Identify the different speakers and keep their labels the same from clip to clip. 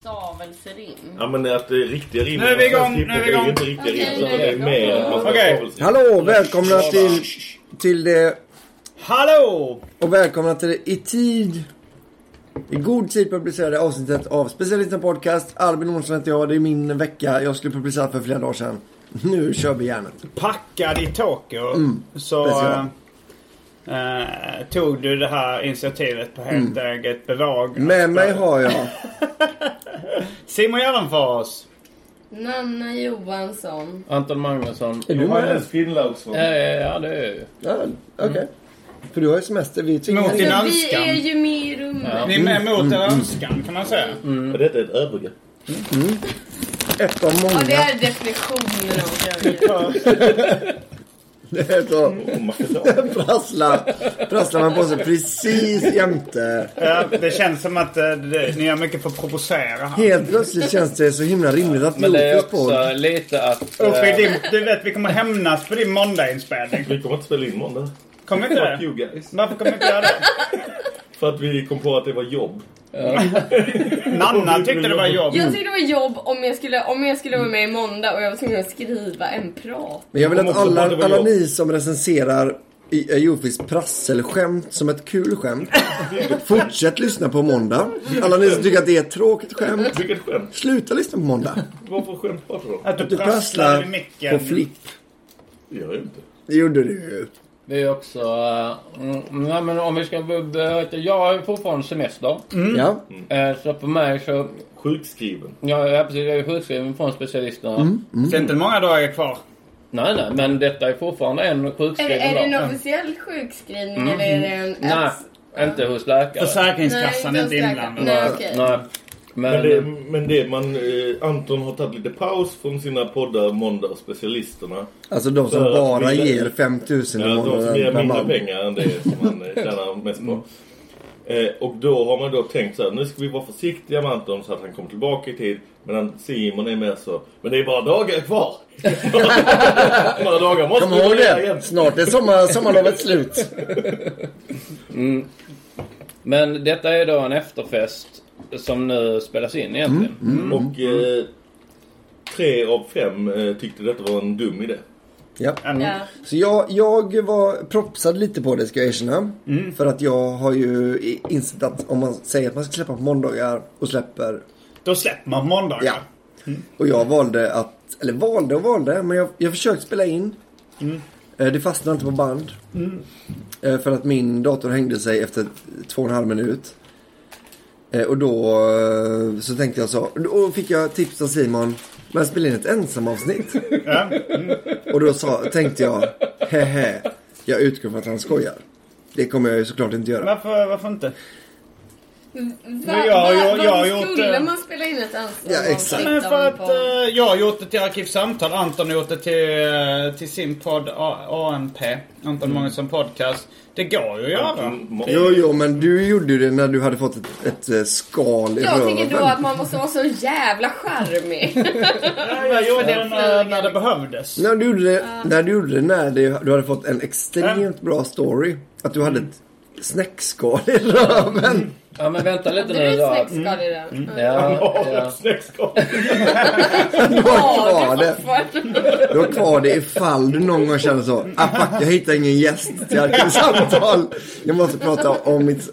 Speaker 1: Stavelsrim.
Speaker 2: Ja men det är att det är riktiga rim.
Speaker 3: Nu är vi igång, nu är vi igång.
Speaker 2: Det är ju inte riktiga rim.
Speaker 1: Okej,
Speaker 2: utan det är
Speaker 1: nu är vi
Speaker 2: mer
Speaker 1: igång.
Speaker 2: att man ska
Speaker 3: Okej.
Speaker 4: Hallå välkomna
Speaker 2: ha stavelsrim.
Speaker 4: till, till det
Speaker 3: Hallå!
Speaker 4: och välkomna till det i tid, i god tid publicerade avsnittet av Specialisten Podcast. Albin Olsson heter jag, det är min vecka. Jag skulle publicera för flera dagar sedan. Nu kör vi järnet.
Speaker 3: Packad i Tokyo
Speaker 4: Mm,
Speaker 3: så
Speaker 4: precis.
Speaker 3: eh, eh, tog du det här initiativet på helt eget bevåg.
Speaker 4: Mm. Med mig har jag,
Speaker 3: Simon Gärdenfors!
Speaker 1: Nanna Johansson.
Speaker 5: Anton Magnusson.
Speaker 4: är du
Speaker 2: Vad är
Speaker 4: med?
Speaker 2: det? Skinnlaugsson?
Speaker 5: Ja, ja, ja, det är ju.
Speaker 4: Ja, okej. För du har ju semester, vi typ tvingas.
Speaker 3: Mot din
Speaker 1: Så Alltså, vi
Speaker 3: önskan.
Speaker 1: är ju med i rummet.
Speaker 3: Ni är
Speaker 4: Mm,
Speaker 3: med mot er önskan kan man säga.
Speaker 2: Men Detta är ett övergrepp.
Speaker 4: Ett av
Speaker 1: Ja, det
Speaker 4: många.
Speaker 1: är definitionen av övergrepp.
Speaker 4: Det är så.
Speaker 2: Och Oh, man ska ta-
Speaker 4: Prasslar, prasslar man på sig precis jämte.
Speaker 3: Ja, det känns som att eh, det, ni gör mycket för att provocera här.
Speaker 4: Helt plötsligt känns det så himla rimligt att
Speaker 5: Men det är
Speaker 4: Jokers podd
Speaker 5: också lite att... eh,
Speaker 3: Usch, i din, du vet vi kommer hämnas för din måndagsinspelning.
Speaker 2: Vi kommer inte spela in måndag.
Speaker 3: Kommer inte
Speaker 2: Fuck
Speaker 3: det?
Speaker 2: you guys.
Speaker 3: Varför kommer vi inte göra det?
Speaker 2: För att vi kom på att det var jobb.
Speaker 3: Nanna tyckte det var jobb.
Speaker 1: Jag tyckte det var jobb om jag skulle, om jag skulle vara med i måndag och jag var tvungen att skriva en prat.
Speaker 4: Men jag vill
Speaker 2: Jag
Speaker 4: att
Speaker 2: kommer också på att
Speaker 4: alla,
Speaker 2: det var
Speaker 4: alla
Speaker 2: jag.
Speaker 4: ni som recenserar i- eh, Jofis prasselskämt som ett kul skämt. Fortsätt lyssna på måndag. Alla ni som tycker att det är ett tråkigt skämt.
Speaker 2: Vilket skämt.
Speaker 4: Sluta lyssna på måndag.
Speaker 2: Varför skämt pratar du om?
Speaker 3: Att du
Speaker 4: Du
Speaker 3: prasslar i
Speaker 4: prasslar
Speaker 3: micken.
Speaker 4: på flipp.
Speaker 2: Det gör jag inte.
Speaker 4: Det gjorde du ju.
Speaker 5: Vi är också... eh, mm, nej, men om vi ska... Uh, jag har ju fortfarande semester.
Speaker 2: Mm.
Speaker 4: Ja.
Speaker 5: Eh, så för mig så...
Speaker 2: Sjukskriven.
Speaker 5: Ja, ja, precis. Jag är sjukskriven från specialisterna.
Speaker 3: Det är inte många dagar kvar.
Speaker 5: Nej, nej. Men detta är fortfarande en
Speaker 1: Är,
Speaker 5: sjukskriven
Speaker 1: det- är det en
Speaker 5: dag.
Speaker 1: officiell sjukskrivning
Speaker 3: Mm.
Speaker 1: eller är det en... Alltså,
Speaker 5: Nej, inte hos läkare.
Speaker 3: Försäkringskassan
Speaker 1: Nej,
Speaker 3: är inte
Speaker 1: inte hos
Speaker 3: inblandad.
Speaker 1: läkaren. Nej, okej.
Speaker 5: nej.
Speaker 2: Men
Speaker 5: Men...
Speaker 2: det,
Speaker 5: eh,
Speaker 2: men det man... Eh, Anton har tagit lite paus från sina poddar Måndag och Specialisterna.
Speaker 4: Alltså de som
Speaker 2: För att
Speaker 4: bara
Speaker 2: vi-
Speaker 4: ger 5000 i
Speaker 2: Ja, de som
Speaker 4: månaden.
Speaker 2: ger mindre
Speaker 4: Man Mm. bara,
Speaker 2: pengar än det som man eh, tjänar mest på. Eh, och då har man då tänkt så här, nu ska vi vara försiktiga med Anton så att han kommer tillbaka i tid. Medan Simon är mer så, men det är bara dagar kvar. Några dagar måste
Speaker 4: Kom ihåg
Speaker 2: göra igen.
Speaker 4: det. Snart är sommar, sommarlovet slut.
Speaker 5: Men detta är då en efterfest som nu spelas in egentligen.
Speaker 3: Mm.
Speaker 4: Mm.
Speaker 2: Och eh, tre av fem eh, tyckte detta var en dum idé.
Speaker 4: Ja.
Speaker 1: Ja.
Speaker 4: Så jag, jag var propsad lite på det ska jag erkänna. För att jag har ju i- insett att om man säger att man ska släppa på måndagar och släpper
Speaker 3: Då släpper man måndagar.
Speaker 4: Ja. Och jag valde att, eller valde och valde, men jag, jag försökte spela in. Eh, Det fastnade inte på band. Eh, För att min dator hängde sig efter två och en halv minut. Eh, Och då eh, så tänkte jag så, då fick jag tips av Simon. Men spela in ett ensamavsnitt. Och då sa, tänkte jag, hehe, jag utgår från att han skojar. Det kommer jag ju såklart inte göra.
Speaker 3: Varför, varför inte?
Speaker 1: Va,
Speaker 3: jag har
Speaker 1: va,
Speaker 3: ju- jag har
Speaker 1: varför
Speaker 3: gjort,
Speaker 1: skulle
Speaker 3: eh,
Speaker 1: man spela in ett anslag?
Speaker 4: Ja, exakt.
Speaker 3: Men för att
Speaker 1: på...
Speaker 3: eh, jag har gjort det till Arkivsamtal. Anton har gjort det till, eh, till sin podd A- AMP. Anton Magnusson Podcast. Det går ju att göra.
Speaker 4: Jo, jo, men du gjorde ju det när du hade fått ett, ett eh, skal i
Speaker 1: jag
Speaker 4: röven.
Speaker 1: tycker då att man måste vara så jävla charmig.
Speaker 3: Jag gjorde det när,
Speaker 1: flyger.
Speaker 3: när det behövdes.
Speaker 4: När du gjorde det, när, du, gjorde det, när det, du hade fått en extremt bra story. Att du hade ett snäckskal i röven.
Speaker 5: Ja, men vänta lite
Speaker 1: Du är
Speaker 5: nu
Speaker 1: ett
Speaker 5: då.
Speaker 1: snäckskal i den. Mm.
Speaker 5: Ja, ja.
Speaker 2: Snäckskap.
Speaker 4: Du har kvar
Speaker 1: det
Speaker 4: det. Du har kvar det ifall du någon gång känner så. Ah fuck, jag hittar ingen gäst till arkivsamtal. Jag måste prata om mitt...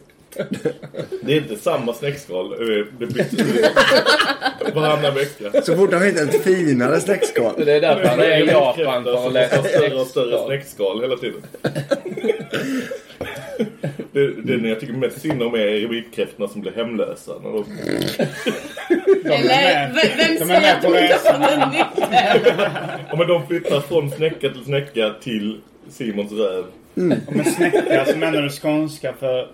Speaker 2: Det är inte samma snäckskal. eh, Det byts ut varannan vecka.
Speaker 4: Så fort han hittar ett finare snäckskal.
Speaker 5: Det är därför han är i Japan för att läsa
Speaker 2: alltså, större och större
Speaker 5: sextal.
Speaker 2: snäckskal hela tiden. Det, det jag tycker mest synd om är revykräftorna som blir hemlösa. När de,
Speaker 1: Eller, v- vem
Speaker 3: De är
Speaker 1: säger
Speaker 3: med
Speaker 1: att
Speaker 3: på
Speaker 1: de inte har
Speaker 3: resan.
Speaker 1: fått en nykter?
Speaker 2: ja, men de flyttar från snäcka till snäcka till Simons röv.
Speaker 3: Men snäcka så menar du skånska för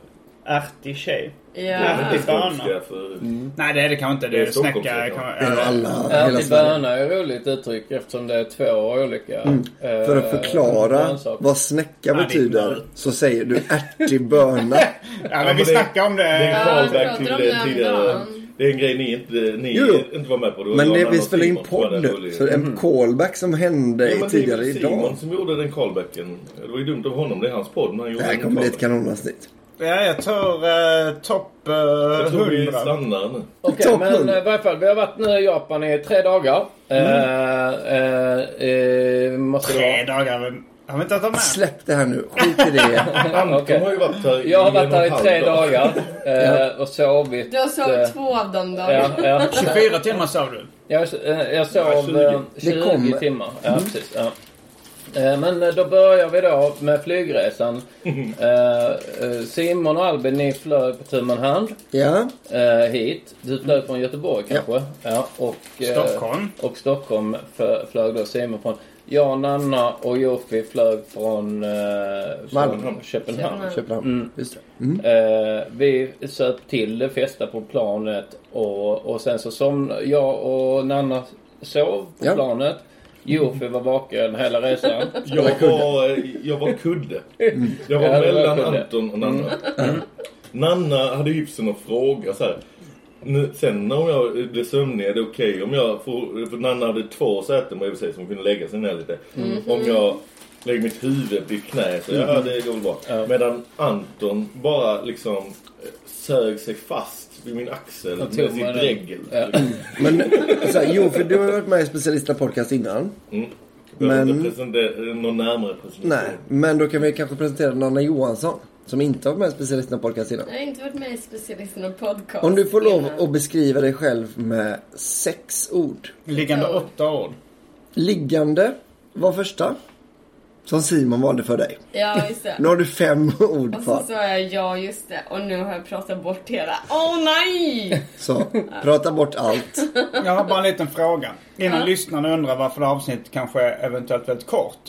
Speaker 3: ärtig tjej?
Speaker 1: Ja.
Speaker 3: Ärtig böna?
Speaker 2: Skånska för-
Speaker 5: Mm.
Speaker 3: Nej det är det kanske inte. Det
Speaker 2: Det är
Speaker 3: är
Speaker 2: Stockholm,
Speaker 3: snäcka.
Speaker 2: säkert.
Speaker 3: kan-
Speaker 4: Eller
Speaker 3: ja.
Speaker 4: alla, hela
Speaker 5: Ärtig
Speaker 4: Sverige.
Speaker 5: böna är ett roligt uttryck eftersom det är två olika...
Speaker 4: För att förklara vad snäcka
Speaker 3: det är
Speaker 4: betyder
Speaker 3: knöligt.
Speaker 4: så säger du ärtig böna.
Speaker 3: Ja,
Speaker 2: Ja,
Speaker 3: men vi
Speaker 2: men det-
Speaker 3: snackar om
Speaker 2: Det är
Speaker 3: det.
Speaker 2: en
Speaker 1: Ja,
Speaker 2: callback
Speaker 1: jag
Speaker 2: till
Speaker 1: pratar om
Speaker 2: det
Speaker 1: det
Speaker 2: tidigare.
Speaker 1: häromdagen.
Speaker 2: Det är en grej ni inte, ni
Speaker 4: Jo, jo.
Speaker 2: inte var med på. Det var
Speaker 4: Men
Speaker 2: jag,
Speaker 4: det
Speaker 2: Anna
Speaker 4: vi
Speaker 2: och
Speaker 4: spelar in
Speaker 2: Simon som var
Speaker 4: podd
Speaker 2: där rolig.
Speaker 4: nu. Så en callback som hände
Speaker 2: mm. Ja, men det är
Speaker 4: tidigare
Speaker 2: väl
Speaker 4: idag.
Speaker 2: Simon som gjorde den callbacken. Det var ju dumt av honom. Det är hans podd. Men han gjorde
Speaker 4: Det här
Speaker 2: den
Speaker 4: kommer bli ett
Speaker 2: callback.
Speaker 4: kanonavsnitt.
Speaker 3: Ja, jag tror eh, topp eh,
Speaker 2: Jag tror vi
Speaker 3: 100.
Speaker 2: stannar nu.
Speaker 5: Okej,
Speaker 4: Toppen.
Speaker 5: men eh, i varje fall. Vi har varit nu i Japan i tre dagar. Eh, eh, eh, måste det
Speaker 3: Tre
Speaker 5: vara?
Speaker 3: dagar. men Har vi inte tagit med?
Speaker 4: Släpp det här nu. Skit i det.
Speaker 5: Okej.
Speaker 2: De har ju varit här
Speaker 5: Jag har varit
Speaker 2: en och
Speaker 5: här i
Speaker 2: en halv
Speaker 5: tre
Speaker 2: dag.
Speaker 5: dagar eh, och sovit.
Speaker 1: Du har
Speaker 5: eh,
Speaker 1: sovit två av dem då.
Speaker 5: Ja, ja.
Speaker 3: 24 timmar sa du.
Speaker 5: Jag, eh, jag sov eh, 20,
Speaker 4: Det kommer.
Speaker 5: timmar. Ja, precis. Ja. Eh, Men eh, då börjar vi då med flygresan. Eh, eh, Simon och Albin, ni flög på tu man hand
Speaker 4: Ja.
Speaker 5: eh, hit. Du flög
Speaker 2: Mm.
Speaker 5: från Göteborg kanske? Ja. och, eh,
Speaker 3: Stockholm.
Speaker 5: Och Stockholm flö- flög då Simon från. Jag, Nanna och Jofi flög från, eh,
Speaker 4: Malmö.
Speaker 5: från Köpenhamn.
Speaker 4: Köpenhamn. Just det.
Speaker 5: Eh, vi söp till det, festade på planet och, och sen så somnade jag och Nanna sov på
Speaker 4: Ja.
Speaker 5: planet. Jofi var vaken hela resan.
Speaker 2: Jag var, jag var kudde. Jag var
Speaker 5: Ja, det var
Speaker 2: mellan
Speaker 5: kudde.
Speaker 2: Anton och Nanna.
Speaker 4: Mm.
Speaker 2: Nanna hade hyfsen att fråga så här. Nu, sen när jag blev sömnig är det okej om jag får, för Nanna hade två säten bredvid sig som kunde lägga sig ner lite. Om jag lägger mitt huvud på ditt knä så ja det går väl bra. Medan Anton bara liksom eh, sög sig fast vid min axel med
Speaker 5: tog
Speaker 2: sitt
Speaker 5: med den.
Speaker 2: dregel.
Speaker 4: Men alltså, jo, för du har ju varit med i Specialisterna Podcast innan.
Speaker 2: Jag har inte
Speaker 4: Men-
Speaker 2: presenter- någon närmare presentation.
Speaker 4: Nej, men då kan vi kanske presentera Nanna Johansson. Som inte har varit med i Specialisterna Podcast innan.
Speaker 1: Jag har inte varit med i Specialisterna podcast.
Speaker 4: Om du får lov
Speaker 1: innan.
Speaker 4: att beskriva dig själv med sex ord.
Speaker 3: Liggande åtta ord.
Speaker 4: Liggande var första. Som Simon valde för dig.
Speaker 1: Ja, just det.
Speaker 4: Nu har du fem ord
Speaker 1: Och så
Speaker 4: kvar.
Speaker 1: sa jag ja, just det. Och nu har jag pratat bort hela. Åh oh, nej!
Speaker 4: Så, prata bort allt.
Speaker 3: Jag har bara en liten fråga. Innan lyssnarna undrar varför det här avsnittet kanske är eventuellt väldigt kort.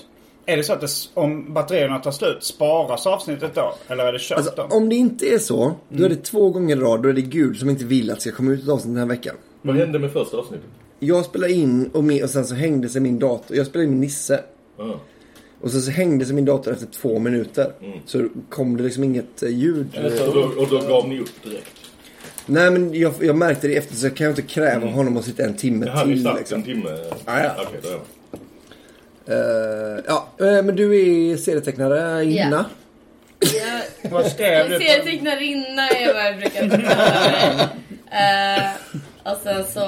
Speaker 3: Är det så att det, s- om batterierna tar slut, sparas avsnittet då? Eller är det kört
Speaker 4: Alltså,
Speaker 3: då?
Speaker 4: om det inte är så, då
Speaker 2: Mm.
Speaker 4: är det två gånger i rad, då är det Gud som inte vill att det ska komma ut ett avsnitt den här veckan.
Speaker 2: Vad hände med första avsnittet?
Speaker 4: Jag spelade in och, med, och sen så hängde sig min dator. Jag spelade in med Nisse.
Speaker 2: Ah.
Speaker 4: Och sen så hängde sig min dator efter två minuter.
Speaker 2: Mm.
Speaker 4: Så kom det liksom inget eh, ljud.
Speaker 2: Och då, och då gav ni upp direkt.
Speaker 4: Nej men jag, jag märkte det efter så jag kan ju inte kräva av honom att sitta en timme
Speaker 2: Det hade Mm. ju
Speaker 4: till.
Speaker 2: satt
Speaker 4: Liksom.
Speaker 2: en timme.
Speaker 4: Ja, ja.
Speaker 2: Okej, då är det.
Speaker 4: Eh, ja, eh, men du är serietecknare, Inna.
Speaker 1: Ja.
Speaker 3: Vad skrev du? på-
Speaker 1: Serietecknarinna är vad jag brukar kalla mig. Eh, Och sen så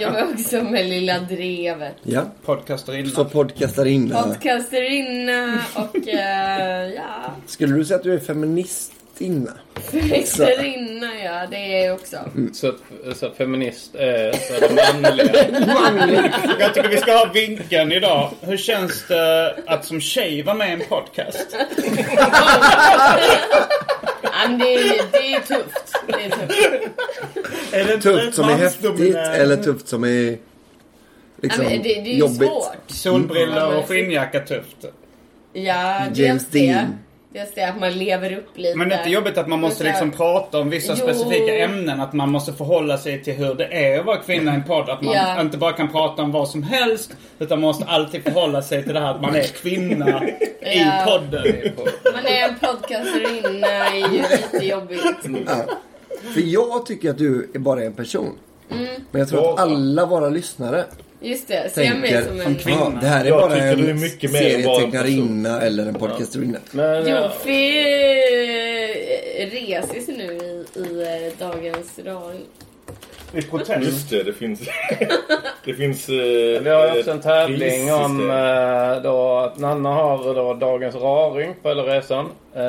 Speaker 1: jobbar jag också med Lilla Drevet.
Speaker 4: Ja, så
Speaker 3: Podcasterin.
Speaker 4: podcastar Inna.
Speaker 1: Podcasterinna och eh, ja,
Speaker 4: Skulle du säga att du är feminist, Inna?
Speaker 1: feministerinna ja, det är jag också.
Speaker 5: så, så feminist är för det manliga.
Speaker 3: Jag tycker vi ska ha vinkeln idag. Hur känns det att som tjej vara med i en podcast?
Speaker 1: Ja, men det, är, det är tufft. Det är tufft.
Speaker 3: Är det inte
Speaker 4: Tufft som är häftigt
Speaker 3: mansdominerande?
Speaker 4: eller tufft som är
Speaker 1: Ja,
Speaker 4: liksom
Speaker 1: men det, det är ju
Speaker 4: jobbigt?
Speaker 1: svårt.
Speaker 3: Solbrillor och skinnjacka tufft.
Speaker 1: Ja,
Speaker 4: James
Speaker 1: dels det.
Speaker 4: Dean.
Speaker 1: Just det, att man lever upp lite.
Speaker 3: Men det är inte jobbigt att man måste
Speaker 1: Just det.
Speaker 3: liksom prata om vissa
Speaker 1: Jo.
Speaker 3: specifika ämnen? Att man måste förhålla sig till hur det är att vara kvinna i en podd? Att man
Speaker 1: Ja.
Speaker 3: inte bara kan prata om vad som helst. Utan måste alltid förhålla sig till det här att man är kvinna i
Speaker 1: Ja.
Speaker 3: podden.
Speaker 1: Man är en podcastarinna är ju lite jobbigt.
Speaker 4: För jag tycker att du är bara en person. Men jag tror att alla våra lyssnare
Speaker 1: Just det, ser Mm. jag mig som
Speaker 4: tänker
Speaker 1: en...
Speaker 4: ja, det här är
Speaker 2: Jag
Speaker 4: bara
Speaker 2: tycker du är
Speaker 4: en
Speaker 2: mycket mer än bara en
Speaker 4: serietecknarinna eller en podcastarinna.
Speaker 5: Men,
Speaker 1: Jo,
Speaker 5: eh,
Speaker 1: för reser sig nu i, i eh, dagens radio.
Speaker 3: I
Speaker 4: Mm.
Speaker 3: protest.
Speaker 2: Just det, det finns... det finns... Eh,
Speaker 5: Vi har ju också en
Speaker 2: ett
Speaker 5: tävling
Speaker 2: prissystem.
Speaker 5: om eh, då, att Nanna har eh, då dagens raring på hela resan. Eh,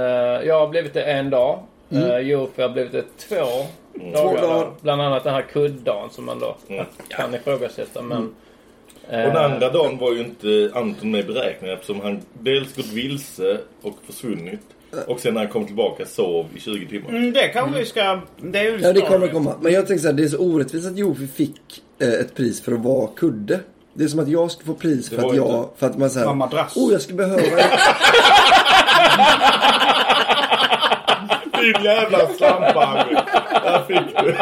Speaker 5: jag har blivit det en dag. Mm. Joop har blivit det två dagar.
Speaker 4: dagar.
Speaker 5: då. Bland annat den här kuddagen som man då kan ifrågasätta. Men,
Speaker 2: Och den
Speaker 5: eh,
Speaker 2: andra dagen var ju inte Anton med i beräkningen eftersom han dels gått vilse och försvunnit. Och sen när han kom tillbaka sov i 20 timmar.
Speaker 3: Mm, det kanske vi ska... Det är ju en
Speaker 4: Ja, det
Speaker 3: story.
Speaker 4: kommer komma. Men jag tänker så här, det är så orättvist att Jofi fick eh, ett pris för att vara kudde. Det är som att jag skulle få pris för
Speaker 2: var
Speaker 4: att
Speaker 2: ju
Speaker 4: jag... För att man
Speaker 3: Det var
Speaker 4: säger
Speaker 3: madrass.
Speaker 4: Oh, jag skulle behöva...
Speaker 2: Din jävla slampa Harry. Där fick du.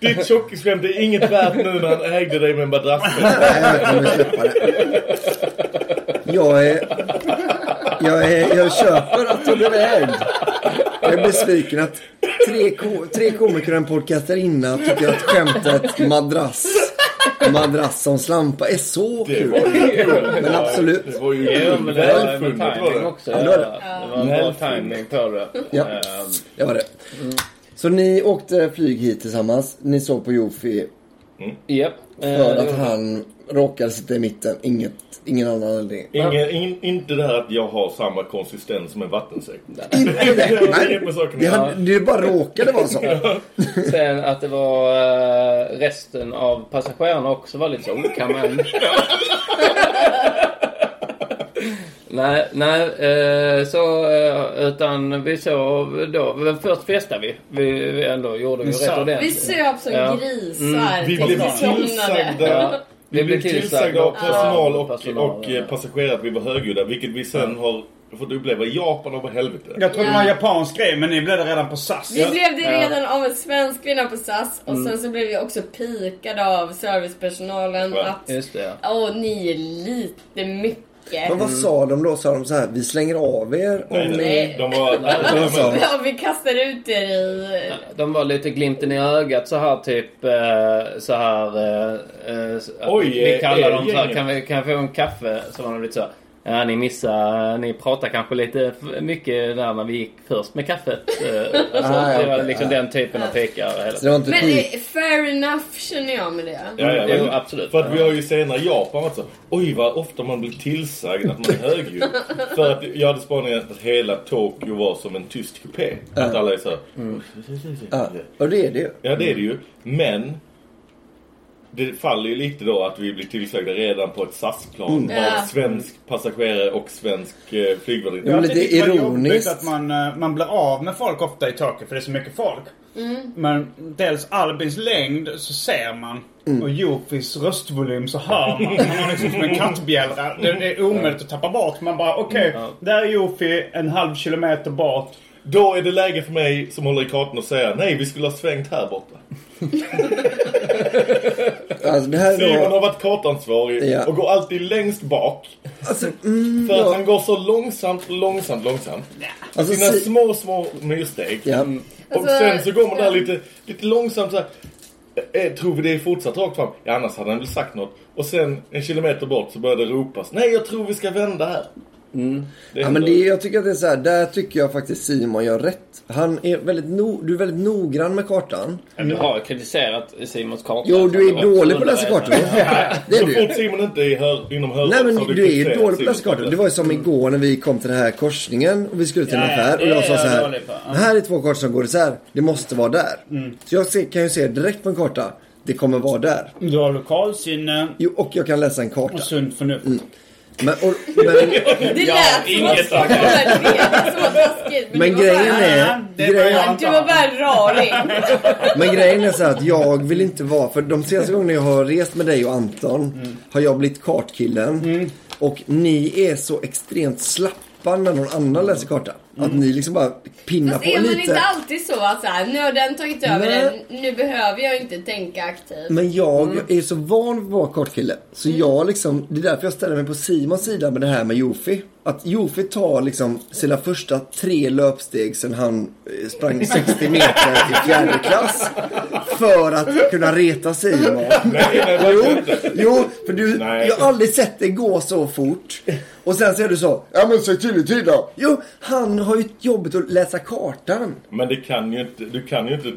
Speaker 2: Ditt tjockisskämt är inget värt nu när han ägde dig med en madrass.
Speaker 4: Nej, jag kommer köpa det. Jag är... Jag, är, jag köper att hon blev ägd. Jag är besviken att tre, ko, tre komiker och en podcastarinna tycker att skämtet madrass, madrass som slampa är så
Speaker 2: Det
Speaker 4: kul.
Speaker 2: var ju kul.
Speaker 4: Men absolut.
Speaker 2: Det var ju
Speaker 5: Jo, men det var med
Speaker 2: välfunnet var
Speaker 5: timing
Speaker 2: det.
Speaker 5: också.
Speaker 4: Ja, det
Speaker 5: det
Speaker 4: var
Speaker 5: var,
Speaker 4: det.
Speaker 5: en bra
Speaker 2: Välfunnet.
Speaker 5: timing på det.
Speaker 4: Ja.
Speaker 5: Eh,
Speaker 4: Det var det.
Speaker 5: Mm.
Speaker 4: Så ni åkte flyg hit tillsammans. Ni såg på Jofi
Speaker 5: Japp. Eh,
Speaker 4: för att
Speaker 5: det-
Speaker 4: han råkade sitta i mitten. Inget, ingen annan anledning.
Speaker 2: Ingen, in, inte det här att jag har samma konsistens som en vattensäck.
Speaker 4: Inte
Speaker 2: Det
Speaker 4: det.
Speaker 2: är
Speaker 4: Nej.
Speaker 2: med sakerna.
Speaker 4: Det, hade, det bara råkade vara så.
Speaker 5: Sen att det var eh, resten av passagerarna också var lite så, oh, kan man... nej, nej, eh, så, eh, utan vi sov då. Men Först festade vi. Vi, vi ändå gjorde vi
Speaker 3: Vi
Speaker 5: rätt
Speaker 3: söp.
Speaker 1: Vi
Speaker 5: ordentligt.
Speaker 1: söp som
Speaker 5: Ja.
Speaker 3: Mm,
Speaker 1: grisar
Speaker 2: Vi
Speaker 1: tills vi
Speaker 2: blev
Speaker 1: somnade.
Speaker 5: Ja.
Speaker 2: tillsagda. Vi blev tillsagda av personal och,
Speaker 5: personal,
Speaker 2: och
Speaker 5: ja.
Speaker 2: eh, passagerare att vi var högljudda. Vilket vi sen har fått uppleva i Japan och vad helvete.
Speaker 3: Jag trodde det var en japansk grej men ni blev det redan på SAS.
Speaker 1: Vi blev det redan av en svensk kvinna på SAS och sen så blev vi också pikade av servicepersonalen
Speaker 2: Ja,
Speaker 1: att
Speaker 5: Just det.
Speaker 1: åh, ni är lite mycket.
Speaker 4: Men vad sa de då? Sa de så här, vi slänger av er om
Speaker 2: Nej,
Speaker 4: ni...
Speaker 2: nej. De var...
Speaker 4: Vad sa de?
Speaker 1: Ja, vi kastar ut er i...
Speaker 5: De var lite glimten i ögat så här typ eh, så här. eh, eh, så att
Speaker 2: Oj,
Speaker 5: vi
Speaker 2: eh,
Speaker 5: kallar dem så här,
Speaker 2: gänget.
Speaker 5: kan vi kan jag få en kaffe? Så var de lite så här, Ja, ni missar, ni pratar kanske lite för mycket där när vi gick först med kaffet. Eh, Alltså,
Speaker 4: Ah, ja,
Speaker 5: det var
Speaker 4: okej,
Speaker 5: liksom
Speaker 4: ja.
Speaker 5: den typen av pekare. hela
Speaker 4: Så det var inte
Speaker 1: Men
Speaker 4: pik.
Speaker 1: eh, fair enough känner jag med det.
Speaker 2: Ja, ja,
Speaker 5: Jo,
Speaker 2: men,
Speaker 5: absolut.
Speaker 2: För att vi har ju senare i Japan varit så Oj vad ofta man blir tillsagd att man är högljudd. för att jag hade spaningen att hela Tokyo var som en tyst kupé. Att alla är så här,
Speaker 4: Ja, och det är det ju.
Speaker 2: Ja det är det
Speaker 4: Mm.
Speaker 2: ju. Men det faller ju lite då att vi blir tillsagda redan på ett SAS-plan
Speaker 4: Mm.
Speaker 1: Ja.
Speaker 2: av svensk passagerare och eh, lite ironi
Speaker 4: Ja, men
Speaker 2: flygvärdinna.
Speaker 4: lite
Speaker 3: Det är
Speaker 4: ironiskt.
Speaker 3: ironiskt. att man, eh, man blir av med folk ofta i Tokyo för det är så mycket folk. Men dels Albins längd så ser man. Och Jopis röstvolym så hör man. Han har liksom som en kattbjällra. Det, det är omöjligt att tappa bort. Man bara okej, där är Jopi en halv kilometer bort.
Speaker 2: Då är det läge för mig som håller i kartan och säga nej vi skulle ha svängt här borta.
Speaker 4: Alltså det här är
Speaker 2: Simon
Speaker 4: då...
Speaker 2: har varit kartansvarig
Speaker 4: Ja.
Speaker 2: och går alltid längst bak.
Speaker 4: Alltså, mm,
Speaker 2: För att
Speaker 4: ja.
Speaker 2: han går så långsamt, långsamt, långsamt.
Speaker 4: Alltså,
Speaker 2: Sina
Speaker 4: si-
Speaker 2: små, Mm. små myrsteg.
Speaker 4: Ja.
Speaker 2: Och
Speaker 1: Alltså,
Speaker 2: sen så går man där
Speaker 1: ja.
Speaker 2: lite, lite långsamt så här. Eh, tror vi det är fortsatt rakt fram? Ja, annars hade han väl sagt något. Och sen en kilometer bort så börjar det ropas. Nej, jag tror vi ska vända här. Det
Speaker 4: Mm. Ja,
Speaker 2: händer.
Speaker 4: men det, är- jag tycker att det är så här, där tycker jag faktiskt Simon gör rätt. Han är väldigt no, du är väldigt noggrann med kartan.
Speaker 5: Du har kritiserat Simons karta. Alltså,
Speaker 4: Jo, du är
Speaker 5: Det var
Speaker 4: dålig på att läsa
Speaker 5: underlägsen.
Speaker 4: kartor. Det är
Speaker 2: så
Speaker 4: du.
Speaker 2: fort Simon inte är i hör, inom hörnet
Speaker 4: Nej men
Speaker 2: så har
Speaker 4: du är ju
Speaker 2: kritiserat
Speaker 4: dålig på
Speaker 2: Simon.
Speaker 4: läskartor. Det var ju som igår när vi kom till den här korsningen och vi skulle till en
Speaker 3: Mm. Ja, ja,
Speaker 4: affär och
Speaker 3: det
Speaker 4: jag sa
Speaker 3: är
Speaker 4: så
Speaker 3: jag
Speaker 4: här.
Speaker 3: dålig på. Mm. Ja.
Speaker 4: Här är två kartor som går isär. Det måste vara där. Så jag ser, kan ju se direkt på en karta. Det kommer vara där.
Speaker 3: Du har lokalsinne
Speaker 4: Jo, och jag kan läsa en
Speaker 3: och
Speaker 4: karta.
Speaker 3: Mm. sunt förnuft.
Speaker 4: Men, och, men,
Speaker 1: Det lät som
Speaker 2: inget
Speaker 1: att
Speaker 2: tack.
Speaker 1: det var så taskigt. Men,
Speaker 4: men
Speaker 1: det var
Speaker 4: grejen
Speaker 1: bara,
Speaker 4: är...
Speaker 3: Det är vad
Speaker 4: Grejen,
Speaker 3: jag
Speaker 1: Du var bara en raring.
Speaker 4: Men grejen är så här att jag vill inte vara, för de senaste gångerna jag har rest med dig och Anton
Speaker 3: Mm.
Speaker 4: har jag blivit kartkillen. Och ni är så extremt slappa när någon
Speaker 3: Mm.
Speaker 4: annan läser kartan. Att ni liksom bara pinnar
Speaker 1: Fast
Speaker 4: på
Speaker 1: är man
Speaker 4: lite.
Speaker 1: inte alltid så att så här, nu har den tagit över
Speaker 4: Nej.
Speaker 1: den, nu behöver jag inte tänka aktivt.
Speaker 4: Men jag
Speaker 2: Mm.
Speaker 4: är så van vid att vara kartkille. Så jag liksom, det är därför jag ställer mig på Simons sida med det här med Jofi. Att Jofi tar liksom sina första tre löpsteg sen han eh, sprang 60 meter i fjärde klass. För att kunna reta Simon.
Speaker 2: Nej, men
Speaker 4: Jo, jo, för du,
Speaker 2: Nej.
Speaker 4: jag har aldrig sett det gå så fort. Och sen säger du så, ja men säg till i tid då. Jo, han har ju jobbet att läsa kartan.
Speaker 2: Men det kan ju inte, du kan ju inte...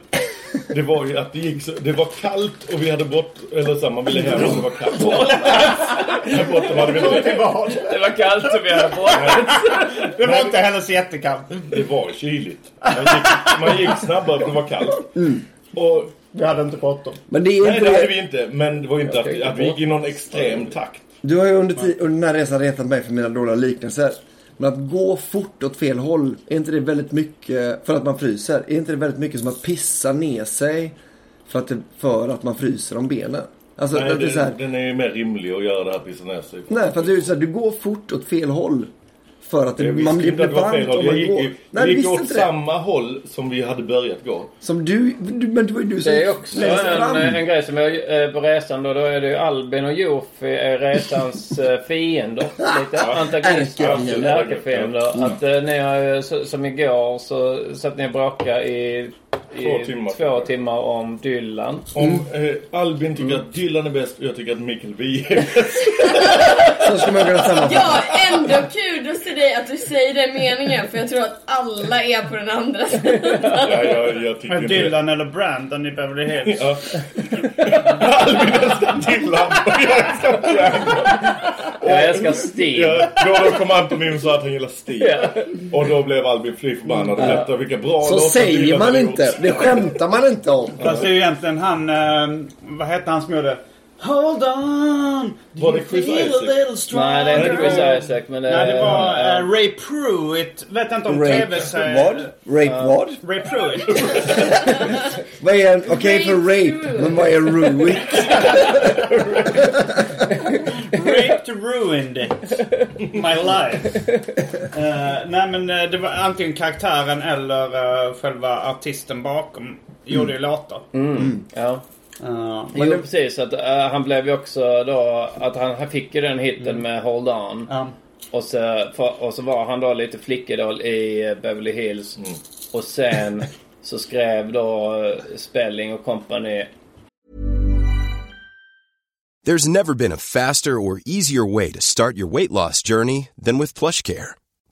Speaker 2: Det var ju att det gick så, det var kallt och vi hade bort, eller så här, man ville hem och det var kallt. Här borta hade vi inte
Speaker 5: Det var kallt och vi hade bra.
Speaker 3: Det var inte heller så jättekallt.
Speaker 2: Det var kyligt. Man gick, man gick snabbare för det var kallt.
Speaker 4: Mm.
Speaker 2: Och,
Speaker 3: Vi hade inte bråttom.
Speaker 4: Men det är
Speaker 2: nej,
Speaker 4: inte
Speaker 2: det hade
Speaker 4: det.
Speaker 2: vi inte. Men det var ju inte att, att vi gick i någon extrem takt.
Speaker 4: Du har ju under, ti- under den här resan retat mig för mina dåliga liknelser. Men att gå fort åt fel håll, är inte det väldigt mycket, för att man fryser, är inte det väldigt mycket som att pissa ner sig för att, det, för att man fryser om benen? Alltså,
Speaker 2: Nej,
Speaker 4: att det är så här,
Speaker 2: det, den är ju mer rimlig att göra det här pissa ner sig.
Speaker 4: nej, för att det är så här, du går fort åt fel håll. För att det,
Speaker 2: Jag visste
Speaker 4: man blir
Speaker 2: inte att det var fel
Speaker 4: varmt
Speaker 2: håll.
Speaker 4: om
Speaker 2: Jag
Speaker 4: man
Speaker 2: gick,
Speaker 4: går.
Speaker 2: ju-
Speaker 4: Nej,
Speaker 2: jag
Speaker 4: du
Speaker 2: gick
Speaker 4: visste
Speaker 2: åt
Speaker 4: inte det.
Speaker 2: samma håll som vi hade börjat gå.
Speaker 4: Som du, du, men det var ju du som
Speaker 5: Det är också
Speaker 4: längst
Speaker 5: en, en grej som jag eh, på resan då, då är det ju Albin och Jofi är resans eh, fiender. Lite antagonister.
Speaker 2: Ärkefiender.
Speaker 5: Ärkefiender.
Speaker 2: Mm.
Speaker 5: Att eh, ni har ju, så- som igår så satt ni och bråkade i, i
Speaker 2: Två timmar.
Speaker 4: Mm.
Speaker 5: två timmar om Dylan.
Speaker 2: Om eh, Albin tycker att Dylan är bäst och jag tycker att Mikael Wiehe är bäst.
Speaker 4: Så ska man kunna sammanfatta.
Speaker 1: Ja, ändå kul att se dig att du säger den meningen för jag tror att alla är på den andra sidan.
Speaker 2: Ja, jag, jag tycker inte det.
Speaker 3: Dylan eller Brandon i Beverly Hills.
Speaker 2: Ja. Albin älskar Dylan och jag älskar Triangle.
Speaker 5: Jag älskar Stig.
Speaker 2: Ja, då, då kom Anton in och sa att han gillar Stig. Och då blev Albin fly förbannad och berättade vilka bra
Speaker 4: Så
Speaker 2: låtar
Speaker 4: säger
Speaker 2: Dylan
Speaker 4: man
Speaker 2: hade gjort.
Speaker 4: inte. Det skämtar man inte om.
Speaker 3: Fast det är ju egentligen han... Eh, vad hette han som gjorde... Hold on!
Speaker 2: Var det Chris Isaac?
Speaker 5: Nej, det är inte Chris
Speaker 3: stronger?"
Speaker 5: Isaac. Men det,
Speaker 3: Nej, det var
Speaker 5: ja.
Speaker 3: eh, Ray Pruitt. Vet inte om
Speaker 4: Rape
Speaker 3: tv-serien...
Speaker 4: vad? Rape vad?
Speaker 3: Ray Pruitt.
Speaker 4: Vad är en... Okej för rape,
Speaker 1: Rape.
Speaker 4: men vad är ruin?
Speaker 3: Raped ruined it. My life. Eh, nej men eh, det var antingen karaktären eller eh, själva artisten bakom. Gjorde
Speaker 5: Mm.
Speaker 3: ju låtar.
Speaker 5: Ja.
Speaker 3: Eh,
Speaker 5: Jo, precis. Att, eh, han blev ju också då... Att han, han fick ju den hitten med Hold On.
Speaker 3: ja.
Speaker 5: Och så, för, och så var han då lite flickedoll i eh, Beverly Hills.
Speaker 2: Mm.
Speaker 5: Och sen så skrev då eh, Spelling och Company
Speaker 6: There's never been a faster or easier way to start your weight loss journey than with PlushCare.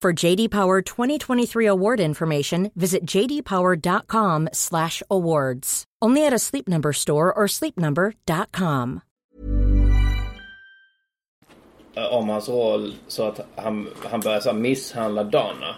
Speaker 7: For JD Power 2023 award information, visit jdpower.com/awards. Only at a Sleep Number store or sleepnumber.com.
Speaker 5: eh, om hans roll så att han, han började så här, misshandla Donna.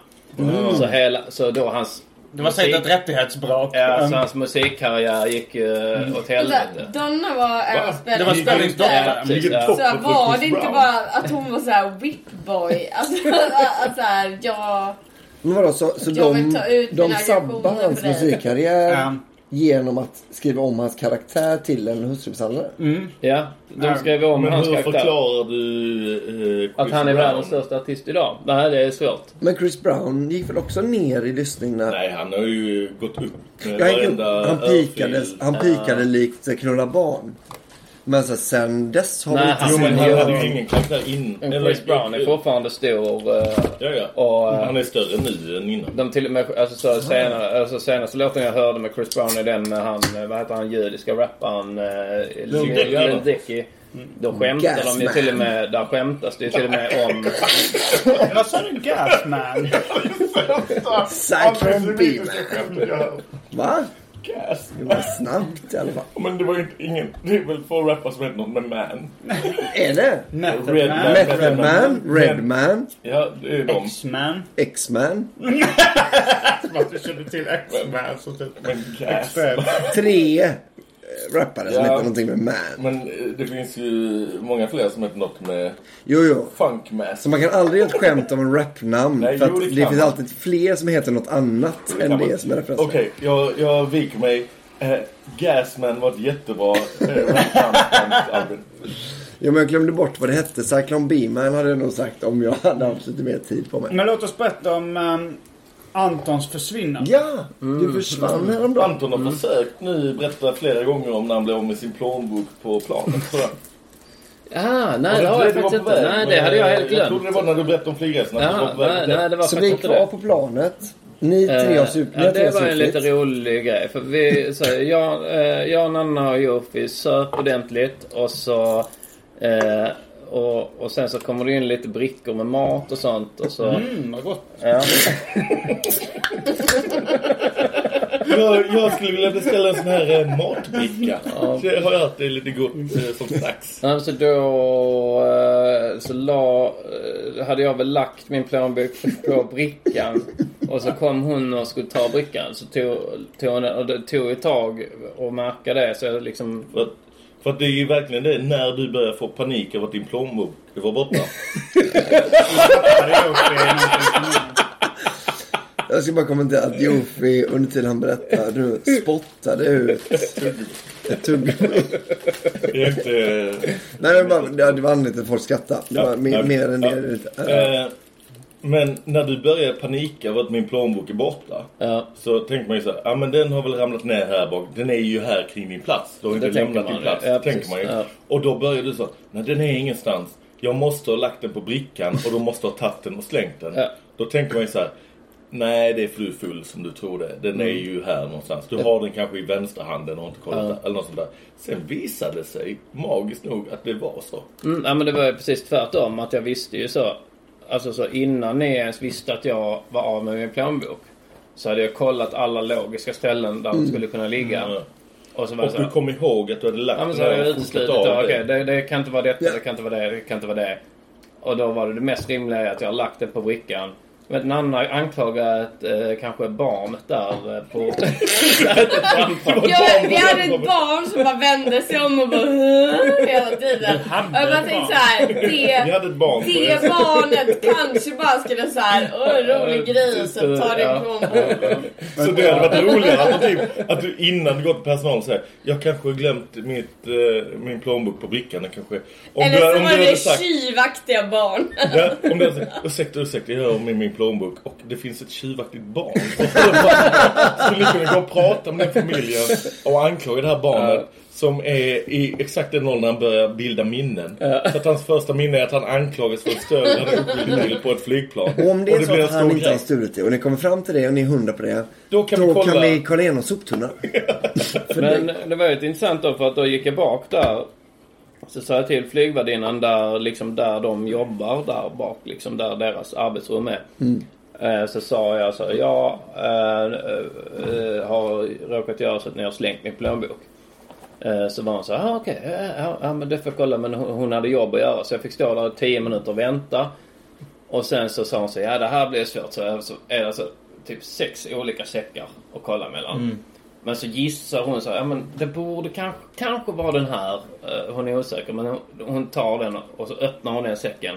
Speaker 5: Så, hela, så då hans
Speaker 3: Det var säkert ett rättighetsbrott.
Speaker 5: Ja,
Speaker 3: Ehm,
Speaker 5: så hans musikkarriär gick uh, åt
Speaker 1: Vänta,
Speaker 5: helvete.
Speaker 1: Donna var Aerospace.
Speaker 3: Mm. Det var spelningsdotter.
Speaker 5: Ja, precis, ja.
Speaker 1: Så här, var det inte bara att hon var så här whipboy? Alltså, att så här, jag...
Speaker 4: Men vadå, så, så
Speaker 1: Jag vill
Speaker 4: de,
Speaker 1: ta ut
Speaker 4: de
Speaker 1: mina
Speaker 4: sabbar
Speaker 1: reaktioner
Speaker 4: hans
Speaker 1: på dig.
Speaker 4: musikkarriär
Speaker 3: Ja.
Speaker 4: genom att skriva om hans karaktär till en hustrumisshandlare?
Speaker 5: Ja,
Speaker 3: eh,
Speaker 5: de skrev om
Speaker 2: Men
Speaker 5: hans
Speaker 2: hur
Speaker 5: karaktär.
Speaker 2: förklarar du eh,
Speaker 5: Att han
Speaker 2: Chris
Speaker 5: är
Speaker 2: Brown?
Speaker 5: världens största artist idag. Nej, det är svårt.
Speaker 4: Men Chris Brown gick väl också ner i lyssning när...
Speaker 2: Nej, han har ju gått upp med
Speaker 4: Jag gick upp,
Speaker 2: varenda
Speaker 4: han pikade,
Speaker 2: örfil.
Speaker 4: han pikade likt eh, Knulla Barn. Men så, sen dess har vi
Speaker 5: Nej,
Speaker 4: inte
Speaker 5: Alltså, han-
Speaker 4: sett
Speaker 2: Jo, men han
Speaker 5: Ja.
Speaker 2: hade ju ingen karaktär innan.
Speaker 5: Men Chris Brown är fortfarande stor. eh,
Speaker 2: Ja, ja.
Speaker 5: Och, eh,
Speaker 2: han är större nu än innan.
Speaker 5: De till och med, alltså, så senare, alltså senaste låten jag hörde med Chris Brown är den med han, eh, vad heter han, judiska rapparen eh,
Speaker 2: Dickey, va?
Speaker 5: Lil Dicky. Mm. Då skämtar de ju
Speaker 4: Gasman.
Speaker 5: till och med, där skämtas det ju till och med om...
Speaker 3: Vad sa du? Gasman?
Speaker 4: Cyclone Beamer. Va? Det var snabbt i alla fall.
Speaker 2: Men det var ju inte ingen... Det är väl få rappare som heter något med man?
Speaker 4: Är det?
Speaker 3: Method
Speaker 2: Red-
Speaker 4: Method Man, Red Man,
Speaker 2: Ja, det är de.
Speaker 3: X-Man.
Speaker 4: X-Man.
Speaker 3: Varför känner du till X-Man? som typ-
Speaker 2: Men gas.
Speaker 3: Extrem.
Speaker 4: Tre eh, rappare som
Speaker 2: Ja.
Speaker 4: heter någonting med Man.
Speaker 2: Men eh, det finns ju många fler som heter något med
Speaker 4: Jo, jo.
Speaker 2: funkmask.
Speaker 4: Så man kan aldrig göra ett skämt om en rapnamn.
Speaker 2: Nej,
Speaker 4: för att
Speaker 2: jo, det
Speaker 4: det
Speaker 2: kan
Speaker 4: finns
Speaker 2: man.
Speaker 4: alltid fler som heter något annat än det som är referensen.
Speaker 2: Okej, jag, jag viker mig. Eh, Gasman var ett jättebra eh, rapband.
Speaker 4: Ja, men jag glömde bort vad det hette. Cyclone Beaman hade jag nog sagt om jag hade haft lite mer tid på mig.
Speaker 3: Men låt oss berätta om ehm, Antons försvinnande.
Speaker 4: Ja,
Speaker 2: Mm.
Speaker 4: du försvann häromdagen.
Speaker 2: Anton har försökt nu berätta flera gånger om när han blev av med sin plånbok på planet. tror jag.
Speaker 5: Ah, nej
Speaker 2: Och
Speaker 5: det har jag
Speaker 2: trodde
Speaker 5: faktiskt
Speaker 2: var på
Speaker 5: inte.
Speaker 2: väg,
Speaker 5: Nej, det
Speaker 2: men,
Speaker 5: hade jag
Speaker 2: eh,
Speaker 5: helt
Speaker 2: Jag trodde det
Speaker 5: glömt.
Speaker 2: var när du berättade om flygresorna. att du var
Speaker 5: Ja,
Speaker 2: på väg
Speaker 5: nej,
Speaker 2: till det.
Speaker 5: nej, det var
Speaker 4: Så vi är
Speaker 5: faktiskt inte
Speaker 4: kvar
Speaker 5: det.
Speaker 4: på planet. Ni tre har supit.
Speaker 5: Eh,
Speaker 4: ni
Speaker 5: ja,
Speaker 4: har tre
Speaker 5: det var en
Speaker 4: supit.
Speaker 5: lite rolig grej. För vi, så, jag, eh, jag, Nanna och Jofi söp ordentligt och så... Eh, och, och sen så kommer det in lite brickor med mat och sånt och så...
Speaker 3: Mm, vad gott.
Speaker 5: Ja.
Speaker 2: Jag, jag skulle vilja beställa en sån här eh, matbricka. Så jag har hört det är lite gott eh, som sax.
Speaker 5: Nej, men så då eh, så la, eh, hade jag väl lagt min plånbok på brickan. Och så kom hon och skulle ta brickan. Så tog, tog hon, och det tog ett tag att märka det. Så jag liksom...
Speaker 2: För att, för att det är ju verkligen det när du börjar få panik över att din plånbok var borta.
Speaker 4: Alltså, Jag ska bara kommentera att Jofi under tiden han berättar nu spottade ut ett tuggummi.
Speaker 2: Det är inte...
Speaker 4: Nej, men bara, det det var anledningen till att folk skrattade. Det var
Speaker 2: Ja,
Speaker 4: mer,
Speaker 2: ja,
Speaker 4: mer än
Speaker 2: ja.
Speaker 4: det. Ja.
Speaker 2: Eh, men när du börjar panika över att min plånbok är borta.
Speaker 5: Ja.
Speaker 2: Så tänker man ju så här, ja men den har väl ramlat ner här bak. Den är ju här kring min plats. Du har inte
Speaker 5: Det tänker
Speaker 2: lämnat
Speaker 5: man
Speaker 2: din
Speaker 5: ju.
Speaker 2: plats.
Speaker 5: Ja,
Speaker 2: tänker
Speaker 5: precis.
Speaker 2: man ju.
Speaker 5: Ja.
Speaker 2: Och då börjar du så, nej den är ingenstans. Jag måste ha lagt den på brickan och då måste jag ha tagit den och slängt den.
Speaker 5: Ja.
Speaker 2: Då tänker man ju så här, nej det är för du är full som du tror det. Den
Speaker 5: Mm.
Speaker 2: är ju här någonstans. Du har den kanske i vänsterhanden och har inte kollat där, eller något sånt där. Sen visade det sig magiskt nog att det var så.
Speaker 5: Mm, ja, men det var ju precis tvärtom. Att jag visste ju så. Alltså så innan ni ens visste att jag var av med min plånbok. Så hade jag kollat alla logiska ställen där de skulle kunna ligga.
Speaker 2: Mm.
Speaker 5: Och så var det
Speaker 2: Och
Speaker 5: så
Speaker 2: du
Speaker 5: här,
Speaker 2: kom ihåg att du hade lagt
Speaker 5: Alltså- Ja men
Speaker 2: den
Speaker 5: så har jag
Speaker 2: här och
Speaker 5: uteslutit
Speaker 2: fotat
Speaker 5: det.
Speaker 2: av
Speaker 5: Okej,
Speaker 2: den.
Speaker 5: det, det kan inte vara detta, det kan inte vara det, det kan inte vara det. Och då var det det mest rimliga är att jag har lagt det på brickan. Men en annan anklagar att eh, kanske barnet där eh, på...
Speaker 1: Jag, vi hade ett barn som bara vände sig om och bara "Huh?" hela tiden. Och jag bara tänkte såhär,
Speaker 2: Vi
Speaker 1: det,
Speaker 2: hade ett barn på
Speaker 1: det
Speaker 2: det.
Speaker 1: barnet kanske bara skulle såhär, åh en rolig grej så ta din plånbok.
Speaker 2: Så det hade varit roligare att, typ, att du innan du går till personalen säger Jag kanske har glömt mitt, eh, min plånbok på brickan. Jag kanske, om
Speaker 1: Eller
Speaker 2: du,
Speaker 1: så var
Speaker 2: om du hade
Speaker 1: det
Speaker 2: sagt
Speaker 1: tjuvaktiga barn.
Speaker 2: ja, om du hade sagt Ursäkta, ursäkta, jag har med min plånbok och det finns ett tjuvaktigt barn. Och så bara- Skulle ni kunna gå och prata med den familjen och anklaga det här barnet som är i exakt den åldern han börjar bilda minnen. Så att hans första minne är att han anklagas för en stöld han är oskyldig till på ett flygplan.
Speaker 4: Och om det är så
Speaker 2: blir en
Speaker 4: att han
Speaker 2: stor
Speaker 4: inte har
Speaker 2: grej.
Speaker 4: stulit det och ni kommer fram till det och ni är hundra på det.
Speaker 2: Då kan vi kolla.
Speaker 4: vi kolla igenom soptunnan.
Speaker 5: Men det var ju ett intressant då för att då gick jag bak där. Så sa jag till flygvärdinnan där, liksom där de jobbar där bak, liksom där deras arbetsrum är. Eh, Så sa jag så, jag eh, eh, har råkat göra så att ni har slängt min plånbok. Eh, Så var hon så här, ah, okej, ja, ja, ja, men det får jag kolla. Men hon hon hade jobb att göra så jag fick stå där i 10 minuter och vänta. Och sen så sa hon så, ja det här blir svårt. Så, så är det så, typ sex olika säckar att kolla mellan. Men så gissar hon så här, ja men det borde kanske, kanske vara den här. Eh, Hon är osäker men hon, hon tar den och så öppnar hon den säcken.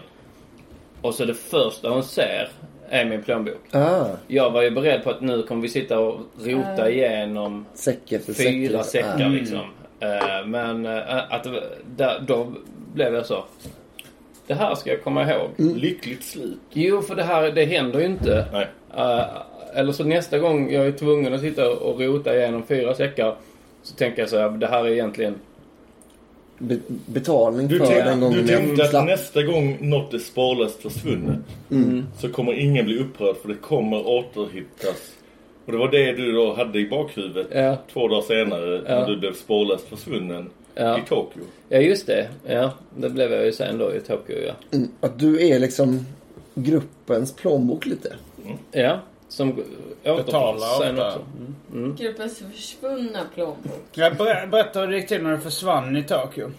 Speaker 5: Och så det första hon ser är min plånbok.
Speaker 4: Ah,
Speaker 5: Jag var ju beredd på att nu kommer vi sitta och rota igenom
Speaker 4: säck efter säck.
Speaker 5: fyra
Speaker 4: liksom.
Speaker 5: säckar
Speaker 2: Mm.
Speaker 5: liksom. Eh, Men eh, att, det- där, då blev jag så. Det här ska jag komma ihåg.
Speaker 2: Mm. Lyckligt slut.
Speaker 5: Jo, för det här det händer ju inte.
Speaker 2: Nej.
Speaker 5: Eh, eller så nästa gång jag är tvungen att sitta och rota igenom fyra säckar så tänker jag så här, det här är egentligen...
Speaker 4: Be- betalning
Speaker 2: Du
Speaker 4: för den
Speaker 2: tänkte,
Speaker 4: gången
Speaker 2: du tänkte
Speaker 4: jag
Speaker 2: att
Speaker 4: slapp.
Speaker 2: nästa gång något är sparlöst försvunnet så kommer ingen bli upprörd för det kommer återhittas. Och det var det du då hade i bakhuvudet
Speaker 5: Ja.
Speaker 2: två dagar senare när du blev spårlöst försvunnen
Speaker 5: Ja.
Speaker 2: i Tokyo.
Speaker 5: Ja, just det. Ja, det blev jag ju sen då i Tokyo, ja.
Speaker 4: Mm, Att du är liksom gruppens plånbok lite.
Speaker 5: Ja, som återfanns sen
Speaker 3: ofta.
Speaker 5: också.
Speaker 1: Gruppens försvunna plånbok.
Speaker 3: Jag ber- berätta hur det gick till när du försvann i Tokyo.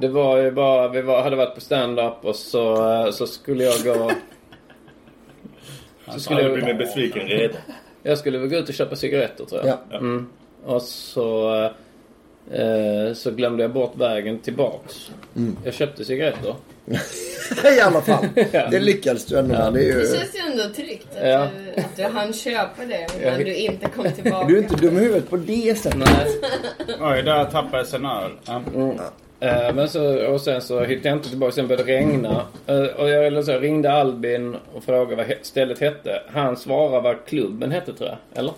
Speaker 5: Det var ju bara, vi var, hade varit på stand-up och så, eh, så skulle jag gå... Så skulle
Speaker 2: Jag blir
Speaker 5: jag,
Speaker 2: mer besviken redan.
Speaker 5: jag skulle väl gå ut och köpa cigaretter tror jag.
Speaker 4: Ja.
Speaker 5: Mm. Och så, eh, så glömde jag bort vägen tillbaks. Jag köpte cigaretter.
Speaker 4: I alla fall. Det lyckades du ändå med. Det är
Speaker 1: Det
Speaker 4: ju...
Speaker 1: känns ju ändå tryggt att,
Speaker 5: Ja.
Speaker 1: du, att du hann köpa det innan du inte kom tillbaka.
Speaker 4: Du är inte dum i huvudet på det sättet.
Speaker 5: Nej.
Speaker 3: Oj, där tappades en öl. Ja.
Speaker 5: Eh, Men så, och sen så hittade jag inte tillbaka, sen började det regna. Eh, Och jag eller så, ringde Albin och frågade vad he- stället hette. Han svarade vad klubben hette tror jag, eller?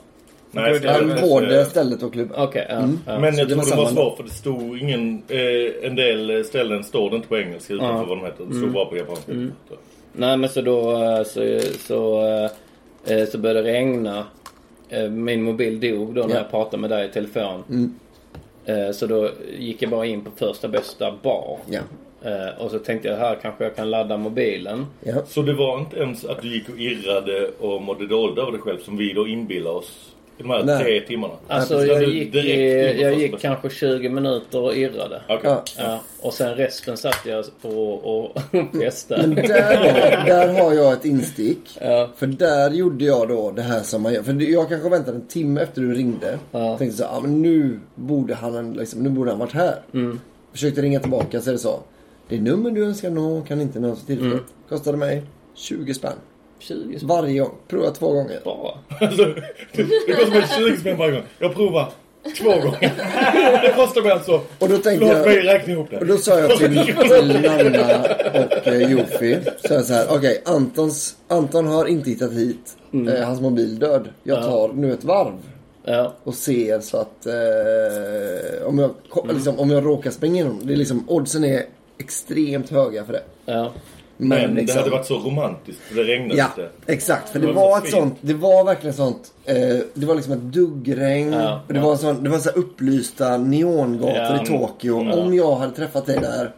Speaker 2: Nej,
Speaker 3: Det är
Speaker 2: så-
Speaker 3: väl
Speaker 4: Både stället och klubben.
Speaker 5: Okej, ja. ja.
Speaker 2: Men jag
Speaker 4: det
Speaker 2: tror
Speaker 4: var
Speaker 2: det var
Speaker 4: samma
Speaker 2: svårt för det stod ingen... Eh, en del eh, ställen står det inte på engelska utanför vad de heter. Det stod bara på japanska.
Speaker 5: Nej men så då eh, så, så, eh, eh, så började det regna. Eh, Min mobil dog då när jag pratade med dig i telefon. Eh, Så då gick jag bara in på första bästa bar.
Speaker 4: Ja.
Speaker 5: Eh, Och så tänkte jag här kanske jag kan ladda mobilen.
Speaker 4: Ja.
Speaker 2: Så det var inte ens att du gick och irrade och mådde dåligt över dig själv som vi då inbillar oss. I de här
Speaker 4: Nej.
Speaker 2: tre timmarna.
Speaker 5: Alltså
Speaker 2: Så
Speaker 5: jag
Speaker 2: du
Speaker 5: gick,
Speaker 2: direkt in på
Speaker 5: i, jag
Speaker 2: första
Speaker 5: gick
Speaker 2: bästa.
Speaker 5: kanske 20 minuter och irrade.
Speaker 2: Okej.
Speaker 4: Ja.
Speaker 5: Ja, och sen resten satt jag och, och festade.
Speaker 4: Där, har- där har jag ett instick. För där gjorde jag då det här som man gör. För jag kanske väntade en timme efter du ringde. Tänkte så här, ah, men nu borde han liksom, nu borde han varit här. Försökte ringa tillbaka så är det så. Det nummer du önskar nå kan inte nås till Kostade mig 20 spänn.
Speaker 5: 20 spänn
Speaker 4: Varje gång. Prova två gånger.
Speaker 5: bara.
Speaker 2: Alltså, det, det kostar mig 20 spänn varje gång. Jag provar två gånger. Det kostar mig alltså...
Speaker 4: Och då tänkte
Speaker 2: Låt
Speaker 4: jag-
Speaker 2: mig räkna ihop det.
Speaker 4: Och då sa jag till, till Nanna och eh, Jofi. Så jag så här, okej Antons, Anton har inte hittat hit.
Speaker 2: Mm.
Speaker 4: Eh, hans mobil död. Jag tar nu ett varv.
Speaker 5: Ja,
Speaker 4: och ser så att eh, om, jag, ko-
Speaker 2: Mm.
Speaker 4: liksom, om jag råkar springa igenom det är liksom, oddsen är extremt höga för det.
Speaker 5: ja.
Speaker 2: Men det
Speaker 4: liksom-
Speaker 2: hade varit så romantiskt. för Det regnade
Speaker 4: Ja,
Speaker 2: inte.
Speaker 4: exakt. För det
Speaker 2: Det var
Speaker 4: var
Speaker 2: så
Speaker 4: ett
Speaker 2: fint.
Speaker 4: sånt, det var verkligen sånt, eh, det var liksom ett duggregn.
Speaker 5: Ja,
Speaker 4: och det, var sån, det var så här upplysta neongator
Speaker 5: Ja,
Speaker 4: i Tokyo.
Speaker 2: ja.
Speaker 4: Om jag hade träffat dig där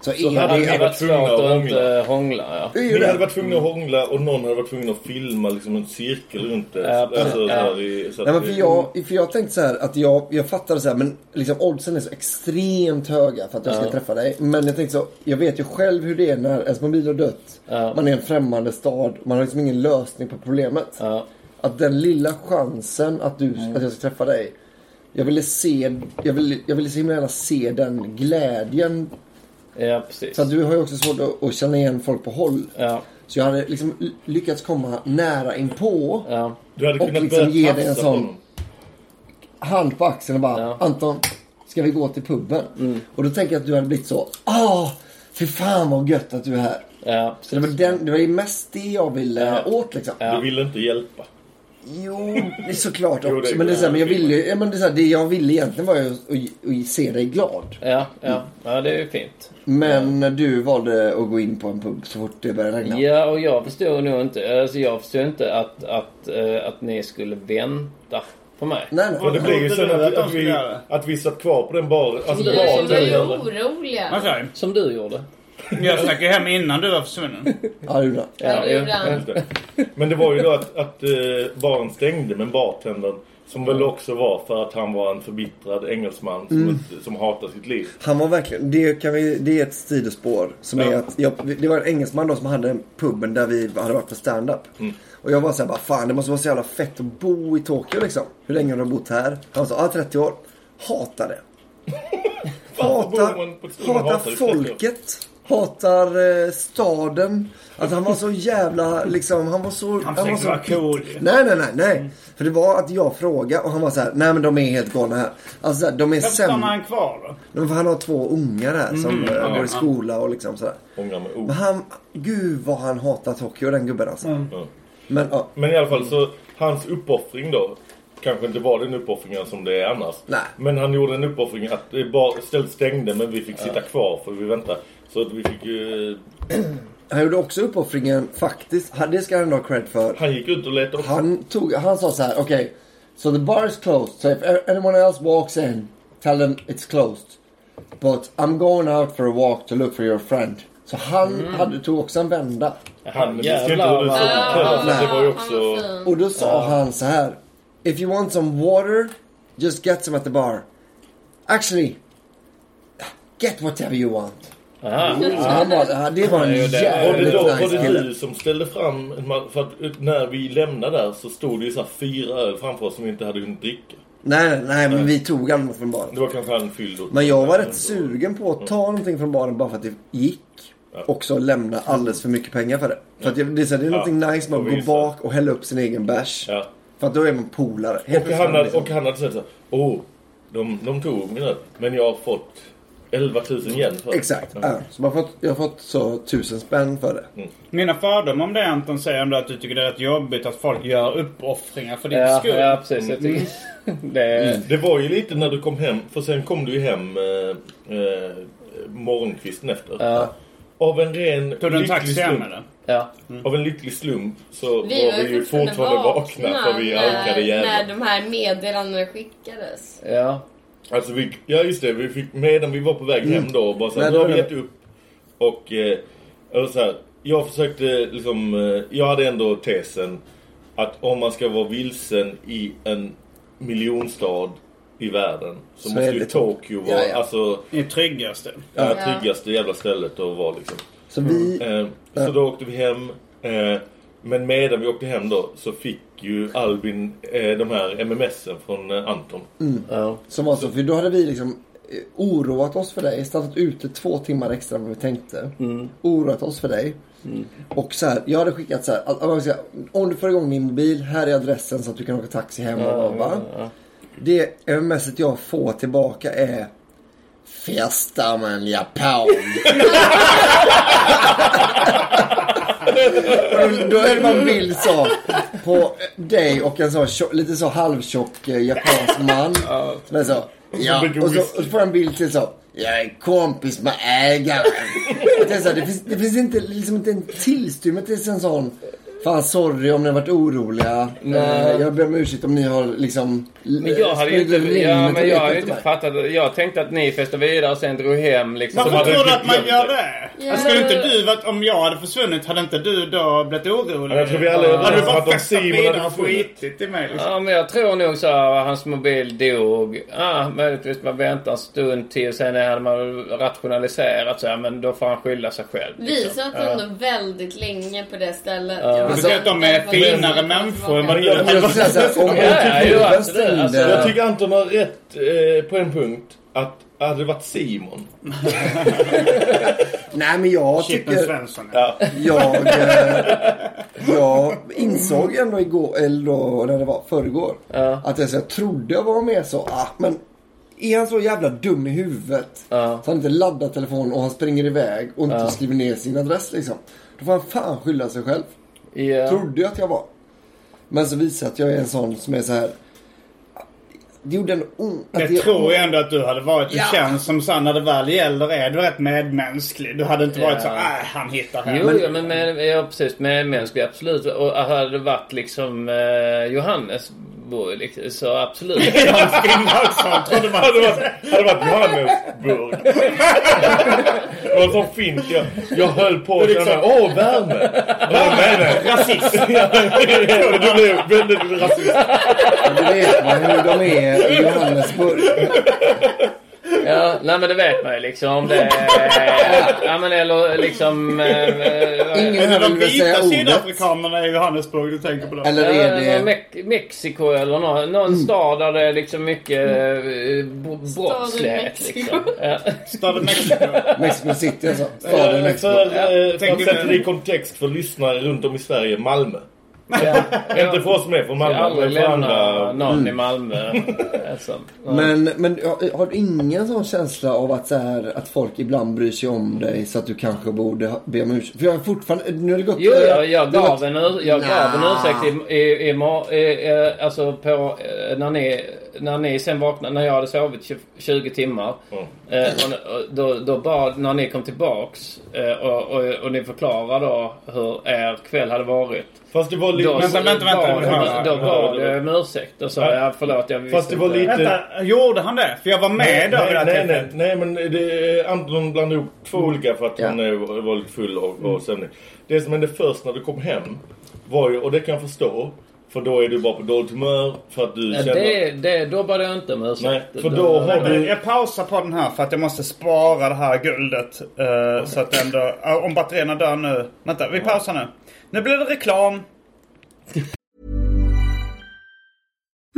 Speaker 4: så,
Speaker 5: Så
Speaker 4: är
Speaker 5: hade det
Speaker 4: det...
Speaker 5: varit svårt
Speaker 2: tvungna att
Speaker 5: att
Speaker 2: hångla.
Speaker 5: inte hångla. Ja.
Speaker 4: det är ju
Speaker 2: Ni
Speaker 4: det.
Speaker 2: hade varit tvungna att hångla och någon hade varit tvungen att filma liksom en cirkel runt det.
Speaker 5: Ja, precis.
Speaker 2: alltså,
Speaker 5: Ja.
Speaker 2: där i, så att
Speaker 4: Nej, men
Speaker 2: det-
Speaker 4: för, jag, för jag tänkte så här att jag, jag fattade så här, men liksom oddsen är så extremt höga för att jag ska träffa dig. Men jag tänkte så, jag vet ju själv hur det är när ens mobil har dött. Man är i en främmande stad, man har liksom ingen lösning på problemet.
Speaker 5: Ja. Mm.
Speaker 4: Att den lilla chansen att, du, att jag ska träffa dig. Jag ville se, jag ville, jag ville så himla gärna se den glädjen.
Speaker 5: ja, precis.
Speaker 4: Så att du har ju också svårt att, att känna igen folk på håll.
Speaker 5: Ja,
Speaker 4: Så jag hade liksom l- lyckats komma nära inpå.
Speaker 5: ja.
Speaker 2: Du hade
Speaker 4: Och
Speaker 2: kunnat
Speaker 4: liksom
Speaker 2: börja
Speaker 4: ge
Speaker 2: tafsa
Speaker 4: dig en
Speaker 2: på
Speaker 4: sån-
Speaker 2: honom.
Speaker 4: hand på axeln och bara
Speaker 5: Ja.
Speaker 4: Anton, ska vi gå till puben?
Speaker 2: Mm.
Speaker 4: Och då tänker jag att du hade blivit så, ah, fy fan vad gött att du är här.
Speaker 5: ja.
Speaker 4: Så det var, den, det var ju mest det jag ville åt liksom.
Speaker 2: Du ville inte hjälpa.
Speaker 4: Jo, det är såklart
Speaker 2: Jo,
Speaker 4: också.
Speaker 2: det är
Speaker 4: men det, är så här, men jag
Speaker 2: klart.
Speaker 4: ville, ju- ja, men det, är så här, det jag ville egentligen var ju att, att, att se dig glad.
Speaker 5: Ja, ja, ja, det är ju fint.
Speaker 4: Men du valde att gå in på en pub så fort det började regna.
Speaker 5: Ja, och jag förstår nog inte, alltså jag förstår inte att, att, eh, att ni skulle vänta på mig.
Speaker 4: Nej, nej.
Speaker 2: Och det blev ju
Speaker 3: trodde
Speaker 2: sen
Speaker 3: du
Speaker 2: att,
Speaker 3: att de
Speaker 2: att,
Speaker 3: skulle
Speaker 2: vi,
Speaker 3: göra?
Speaker 2: att vi satt kvar på den baren. Alltså
Speaker 1: Vi var
Speaker 2: baren.
Speaker 1: ju
Speaker 2: där.
Speaker 1: oroliga.
Speaker 3: Okej.
Speaker 5: Som du gjorde.
Speaker 3: Jag stack ju hem innan du var försvunnen.
Speaker 8: Ja, det gjorde han.
Speaker 5: Ja, det gjorde han.
Speaker 2: Just det. Men det var ju då att, att eh, baren stängde men bartendern som väl också var för att han var en förbittrad engelsman som,
Speaker 4: Mm.
Speaker 2: inte- som hatar sitt liv.
Speaker 4: Han var verkligen, det, kan vi, det är ett sidospår. Som
Speaker 2: Ja.
Speaker 4: är att jag, det var en engelsman då som hade puben där vi hade varit på stand-up. Och jag var såhär, bara, fan det måste vara så jävla fett att bo i Tokyo liksom. Hur länge har du bott här? Han sa, ah, 30 år. Hatar det. Hatar, hatar folket. Hatar eh, staden. Alltså han var så jävla liksom, han var så...
Speaker 3: Han försökte vara cool.
Speaker 4: Nej, nej, nej, nej. För det var att jag frågade och han var så här, nej men de är helt galna här. Alltså så här, de är
Speaker 3: Varför stannar
Speaker 4: sämre.
Speaker 3: han kvar då?
Speaker 4: Men för han har två ungar här som
Speaker 3: Mm,
Speaker 4: eh,
Speaker 3: ja,
Speaker 4: går
Speaker 3: ja.
Speaker 4: i skola och liksom sådär.
Speaker 2: Ungar med O.
Speaker 4: Men han, gud vad han hatar Tokyo den gubben alltså.
Speaker 2: Ja.
Speaker 4: Men ja,
Speaker 2: Men i alla fall så hans uppoffring då Kanske inte var den uppoffringen som det är annars.
Speaker 4: Nej.
Speaker 2: Men han gjorde en uppoffring att det bar, stället stängde men vi fick sitta kvar för vi väntade. Så att vi fick ju...
Speaker 4: han gjorde också uppoffringen faktiskt. Han- Det ska han ha cred för.
Speaker 2: Han gick ut och letade upp.
Speaker 4: Han, tog, han sa så här, okej. so the bar is closed. So if a- anyone else walks in, tell them it's closed. But I'm going out for a walk to look for your friend. Så han
Speaker 2: Mm.
Speaker 4: hade, tog också en vända.
Speaker 2: Han visste inte hur det såg ut. heller, så Det var ju också...
Speaker 4: Och då sa han så här. If you want some water, just get some at the bar. Actually, get whatever you want. Så han bara, det var en
Speaker 2: Var Ah. det
Speaker 4: jävligt
Speaker 2: då var
Speaker 4: nice
Speaker 2: det
Speaker 4: kille.
Speaker 2: du som ställde fram en ma- För att eh, när vi lämnade där så stod det ju så här fyra öl framför oss som vi inte hade hunnit dricka.
Speaker 4: Nej, nej, men vi tog honom från
Speaker 2: Det
Speaker 4: baren.
Speaker 2: var kanske han fylld åt-
Speaker 4: Men jag var rätt sugen på att ta någonting från baren bara för att det gick. Och så lämna alldeles för mycket pengar för det. För att jag, det är, så här, det är någonting nice med
Speaker 2: jag
Speaker 4: att gå
Speaker 2: visar.
Speaker 4: bak och hälla upp sin egen bärs.
Speaker 2: Ja.
Speaker 4: För att då är man polare.
Speaker 2: Och
Speaker 4: plötsligt
Speaker 2: han hade,
Speaker 4: liksom.
Speaker 2: och han hade sagt såhär, åh, de, de tog min öl, men jag har fått 11 000 yen för det."
Speaker 4: Exakt.
Speaker 2: Ja.
Speaker 4: Ja. Så man har fått, jag har fått så tusen spänn för det.
Speaker 2: Mm,
Speaker 3: Mina fördomar om det Anton säger ändå att du tycker det är rätt jobbigt att folk gör uppoffringar för din
Speaker 5: Ja,
Speaker 3: skull.
Speaker 5: ja, precis. Jag tycker...
Speaker 2: Mm.
Speaker 5: Det...
Speaker 2: Det var ju lite när du kom hem, för sen kom du ju hem eh, eh, morgonkvisten efter.
Speaker 5: Ja.
Speaker 2: Av en ren
Speaker 3: Tog du en taxi hem
Speaker 2: slump,
Speaker 3: eller?
Speaker 5: Ja.
Speaker 2: av en lycklig slump så
Speaker 1: Vi
Speaker 2: var vi ju fortfarande vakna för vi
Speaker 1: när,
Speaker 2: alkade
Speaker 1: när
Speaker 2: jävligt.
Speaker 1: de här meddelandena skickades.
Speaker 5: Ja.
Speaker 2: Alltså vi, ja just det, vi fick, medan vi var på väg hem då bara såhär,
Speaker 4: Mm. Nej,
Speaker 2: nu
Speaker 4: det
Speaker 2: har
Speaker 4: var det.
Speaker 2: vi gett upp. Och, eh, och så här, jag försökte liksom, eh, jag hade ändå tesen att om man ska vara vilsen i en miljonstad i världen så,
Speaker 4: Så
Speaker 2: måste
Speaker 4: är
Speaker 2: ju
Speaker 4: det
Speaker 2: Tokyo vara,
Speaker 4: Ja, ja.
Speaker 2: alltså
Speaker 3: Det är tryggaste.
Speaker 2: det här tryggaste jävla stället att vara liksom.
Speaker 4: Så vi,
Speaker 2: Eh, så då åkte vi hem. Eh, men medan vi åkte hem då så fick ju Albin eh, de här MMSen från eh, Anton.
Speaker 5: Ja.
Speaker 4: Mm. som var så, för då hade vi liksom eh, oroat oss för dig, stannat ute två timmar extra än vad vi tänkte. Oroat oss för dig. Och så här, jag hade skickat så här, att- att man ska- om du får igång din mobil, här är adressen så att du kan åka taxi hem. och bara, va? Det MMSet jag får tillbaka är Fiesta men Japan. Och då- Då är det bara en bild så på dig och en så tjock- lite så halvtjock eh, japansk man. Som är så, ja, och så, och så får jag en bild till så. Jag är kompis med ägaren. Och Det, är så här, det, finns, det finns inte, liksom inte en tillstymmelse till en sån. Fan sorry om ni har varit oroliga. Eh, Jag ber om ursäkt om ni har liksom.
Speaker 5: Men jag hade ju inte,
Speaker 4: spridit regnet
Speaker 5: ja, men
Speaker 4: och
Speaker 5: jag
Speaker 4: lekat
Speaker 5: hade
Speaker 4: med
Speaker 5: inte
Speaker 4: mig.
Speaker 5: fattat det. Jag tänkte att ni festade vidare och sen drog hem liksom.
Speaker 2: Som
Speaker 3: Varför
Speaker 2: hade
Speaker 3: tror du
Speaker 2: typ
Speaker 3: att man
Speaker 2: glömt
Speaker 3: gör
Speaker 2: det.
Speaker 3: det? Alltså,
Speaker 1: Ja.
Speaker 3: Skulle inte du varit, om jag hade försvunnit, hade inte du då blivit orolig?
Speaker 2: Ja, jag tror vi alla är
Speaker 3: Hade du
Speaker 2: överens om
Speaker 3: bara
Speaker 2: att om
Speaker 3: festat
Speaker 2: Simon
Speaker 3: vidare
Speaker 2: hade
Speaker 3: och
Speaker 2: försvunnit.
Speaker 3: skitit i mig liksom?
Speaker 5: Ja, men jag tror nog så här, hans mobil dog. Ah, möjligtvis man väntar en stund till. Sen hade man rationaliserat så här, men då får han skylla sig själv.
Speaker 1: Vi
Speaker 5: Liksom.
Speaker 1: satt ändå väldigt länge på det stället. Jag
Speaker 3: Du
Speaker 1: var
Speaker 3: tycker att de är
Speaker 1: väldigt
Speaker 3: finare
Speaker 1: glad
Speaker 3: människor än
Speaker 1: tillbaka.
Speaker 3: vad du
Speaker 4: Men jag skulle säga så här, om- om
Speaker 5: Ja, ja,
Speaker 4: typ
Speaker 5: jo, alltså,
Speaker 4: klubben
Speaker 5: absolut, absolut.
Speaker 4: stängde-
Speaker 2: Jag tycker Anton har rätt eh, på en punkt. Att hade det varit Simon.
Speaker 4: Nej men jag
Speaker 3: Chippen
Speaker 4: tycker.
Speaker 3: Svensson.
Speaker 4: Jag, eh, jag insåg ändå igår, eller då när det var förrgår. Att jag, så jag trodde jag var med så. Ah, men är han så jävla dum i huvudet?
Speaker 5: Ja.
Speaker 4: Så han inte laddar telefonen och han springer iväg och inte skriver ner sin adress liksom. Då får han fan skylla sig själv.
Speaker 5: Ja.
Speaker 4: Trodde jag att jag var. Men så visar det att jag är en sån som är så här. Det gjorde en ont. att
Speaker 3: Jag tror ju ändå att du hade varit, det känns som så när det väl gäller är du rätt medmänsklig. Du hade inte varit så
Speaker 5: Ja.
Speaker 3: äh, han hittar hem.
Speaker 5: Jo, ja, men med, ja, precis. Medmänsklig, absolut. Och hade det varit liksom eh, Johannes vore liksom, så absolut.
Speaker 2: Hade varit, hade varit Johannesburg. Det var så fint. Jag, jag höll på att känna, åh värme. Åh, värme.
Speaker 3: Rasism.
Speaker 2: Du blev väldigt rasist.
Speaker 4: Men det vet man hur de är i Johannesburg.
Speaker 5: Ja, nej men det vet man ju liksom. Det, ja men eller liksom... eh,
Speaker 4: Ingen
Speaker 3: Är
Speaker 4: här
Speaker 3: det de
Speaker 4: vill väl säga
Speaker 3: vita
Speaker 4: ordet.
Speaker 3: sydafrikanerna i Johannesburg du tänker på då?
Speaker 4: Eller
Speaker 5: Ja,
Speaker 4: är
Speaker 5: det var
Speaker 4: det...
Speaker 5: Mek- Mexiko eller någon, någon stad där det är liksom mycket eh, b- brottslighet.
Speaker 9: Mexiko.
Speaker 5: Liksom. Ja.
Speaker 3: Staden Mexiko.
Speaker 4: Mexico City alltså. Staden
Speaker 2: För,
Speaker 4: Mexico.
Speaker 2: för, eh, för
Speaker 3: Tänk
Speaker 2: att sätta
Speaker 3: nu.
Speaker 2: det i kontext för lyssnare runt om i Sverige. Malmö. Inte för
Speaker 5: Jag
Speaker 2: oss med från
Speaker 5: ska
Speaker 2: Malmö,
Speaker 5: aldrig
Speaker 2: men för andra.
Speaker 5: lämna någon i Malmö. Alltså.
Speaker 4: Men, men har- har du ingen sån känsla av att, så här, att folk ibland bryr sig om dig så att du kanske borde ha- be om ursäkt? För jag har fortfarande... Nu har det gått...
Speaker 5: Jo,
Speaker 4: eh,
Speaker 5: jag, jag
Speaker 4: det har
Speaker 5: gav
Speaker 4: gått-
Speaker 5: en, ur, jag gav en
Speaker 4: Nja.
Speaker 5: ursäkt i, i, i, mor- i, i, alltså på, eh, när, ni, när ni sen vaknade, när jag hade sovit 20, 20 timmar.
Speaker 2: Mm.
Speaker 5: Eh, och, och då, då bad, när ni kom tillbaks eh, och, och, och ni förklarade då hur er kväll hade varit.
Speaker 2: Fast det var lite...
Speaker 5: Då,
Speaker 3: vänta, vänta, vänta,
Speaker 5: bad-
Speaker 3: vänta, vänta,
Speaker 5: Då
Speaker 2: vänta,
Speaker 5: bad
Speaker 2: vänta.
Speaker 5: jag om ursäkt och sa ja, förlåt jag visste
Speaker 2: Fast det var
Speaker 5: inte."
Speaker 2: lite-
Speaker 3: Vänta, gjorde han det? För jag var med då vid det
Speaker 2: Nej,
Speaker 3: här
Speaker 2: nej, nej,
Speaker 3: tillfället.
Speaker 2: nej, men det är Anton blandade ihop två olika för att hon eh, var var lite full och, och sömnig. Det som hände först när du kom hem var ju, och det kan jag förstå, för då är du bara på dåligt humör för att du
Speaker 5: Ja,
Speaker 2: känner...
Speaker 5: Eh, det, det, då bad jag inte om
Speaker 2: Nej,
Speaker 5: ursäkt.
Speaker 2: för då har
Speaker 3: Men
Speaker 2: du...
Speaker 3: Jag pausar på den här för att jag måste spara det här guldet. eh, Så att ändå, ja, om batterierna dör nu. Vänta, vi pausar nu. Nu blir det reklam.